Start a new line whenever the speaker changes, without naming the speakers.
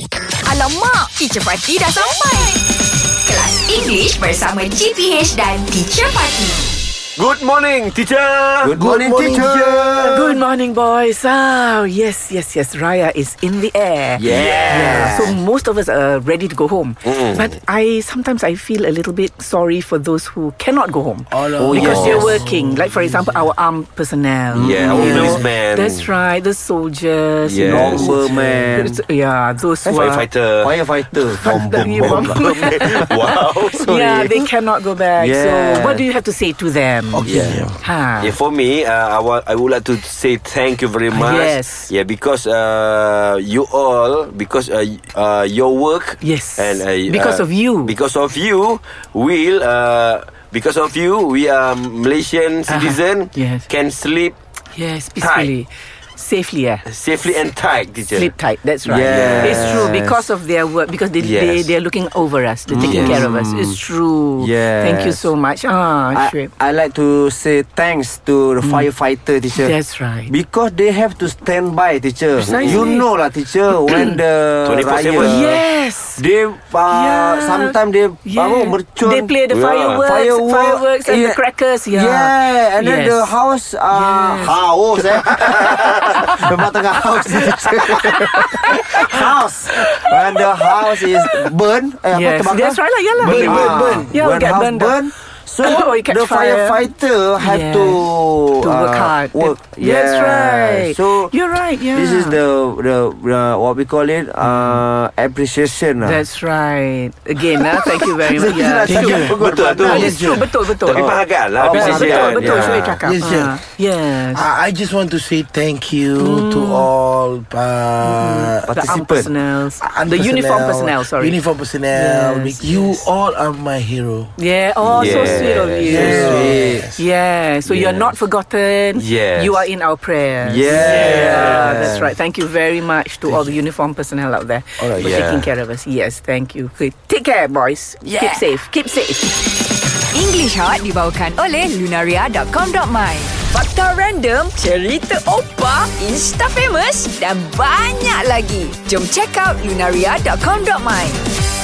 Kacau Mak Teacher Fatih dah sampai Kelas English bersama GPH dan Teacher Fatih
Good morning, teacher.
Good morning, teacher.
Good morning, boys. Oh, yes, yes, yes. Raya is in the air.
Yeah. Mm.
So most of us are ready to go home. But I sometimes I feel a little bit sorry for those who cannot go home
Oh,
because
yes.
they're working. Like for example, our armed personnel.
Yeah, our
you know.
policemen.
That's right. The soldiers.
Yes.
you know.
Bomberman.
It's- Yeah, those who are.
Firefighter.
Firefighter.
You bomb-
wow. Sorry.
yeah, they cannot go back.
Yeah.
So, what do you have to say to them?
Okay.
Ha.
Yeah, for me, uh, I, wa- I would like to say thank you very much.
Yes.
Yeah, because uh, you all, because uh, y- uh, your work.
Yes.
And uh,
Because
uh,
of you.
Because of you, will. Uh, because of you, we are Malaysian citizen.
Yes.
Can sleep
Yes, peacefully, safely. Yeah.
safely and tight, teacher.
Sleep tight. That's right.
Yes.
It's true because of their work because they they
Yes.
they're looking over us, they're taking
Yes.
care of us. It's true.
Mm. Yes.
Thank you so much. Ah,
I,
Shrip.
I like to say thanks to the
Mm.
firefighter teacher.
That's right.
Because they have to stand by teacher.
Precisely.
You know lah teacher when the
24/7.
raya.
Oh, yes.
They uh,
Yeah.
sometimes they
Yeah.
apa mercun.
They play the
Yeah.
fireworks,
Firework.
fireworks and the
Yeah.
crackers. Yeah.
Yeah, and then
Yes.
the house uh,
Yes.
house eh. Memang tengah house ni, teacher. house. When the house is burn, eh,
Yes.
apa terbakar?
That's right lah. Yeah lah.
Burn,
yeah.
burn, burn.
Yeah, we
when
get
house
burned.
burn,
up.
so
Oh, it catch
the
fire.
firefighter have
Yes.
to
To work
uh,
hard.
Work.
That's
Yeah.
right.
So
You're right. Yeah.
this is the, the the what we call it uh, appreciation. lah.
That's right. Again, ah, thank you very much.
Saya
Yeah.
nak
True.
cakap
Betul tu.
Ah, That's true. Betul, betul.
Tapi penghargaan lah.
Oh,
Betul,
appreciation.
betul, betul.
Yeah.
Syuib cakap.
Yes, yeah.
Ah, Yes.
I I just want to say thank you to
Mm.
all uh,
The armed
Participant.
personnel.
and
Mm-hmm. The uniform personnel,
personnel,
sorry.
Uniform personnel.
Yes,
you all are my hero.
yeah. Oh, so
Yes.
sweet of you.
Yes.
Yeah. So you're not forgotten.
Yes.
You are in our prayers.
Yes.
Yeah, that's right. Thank you very much to all the uniform personnel out there
Alright,
for
yeah.
taking care of us. Yes, thank you. Okay, Take care, boys. Keep safe. Keep safe.
English Hot dibawakan oleh Lunaria.com.my Fakta random, cerita opa, insta famous dan banyak lagi Jom check out Lunaria.com.my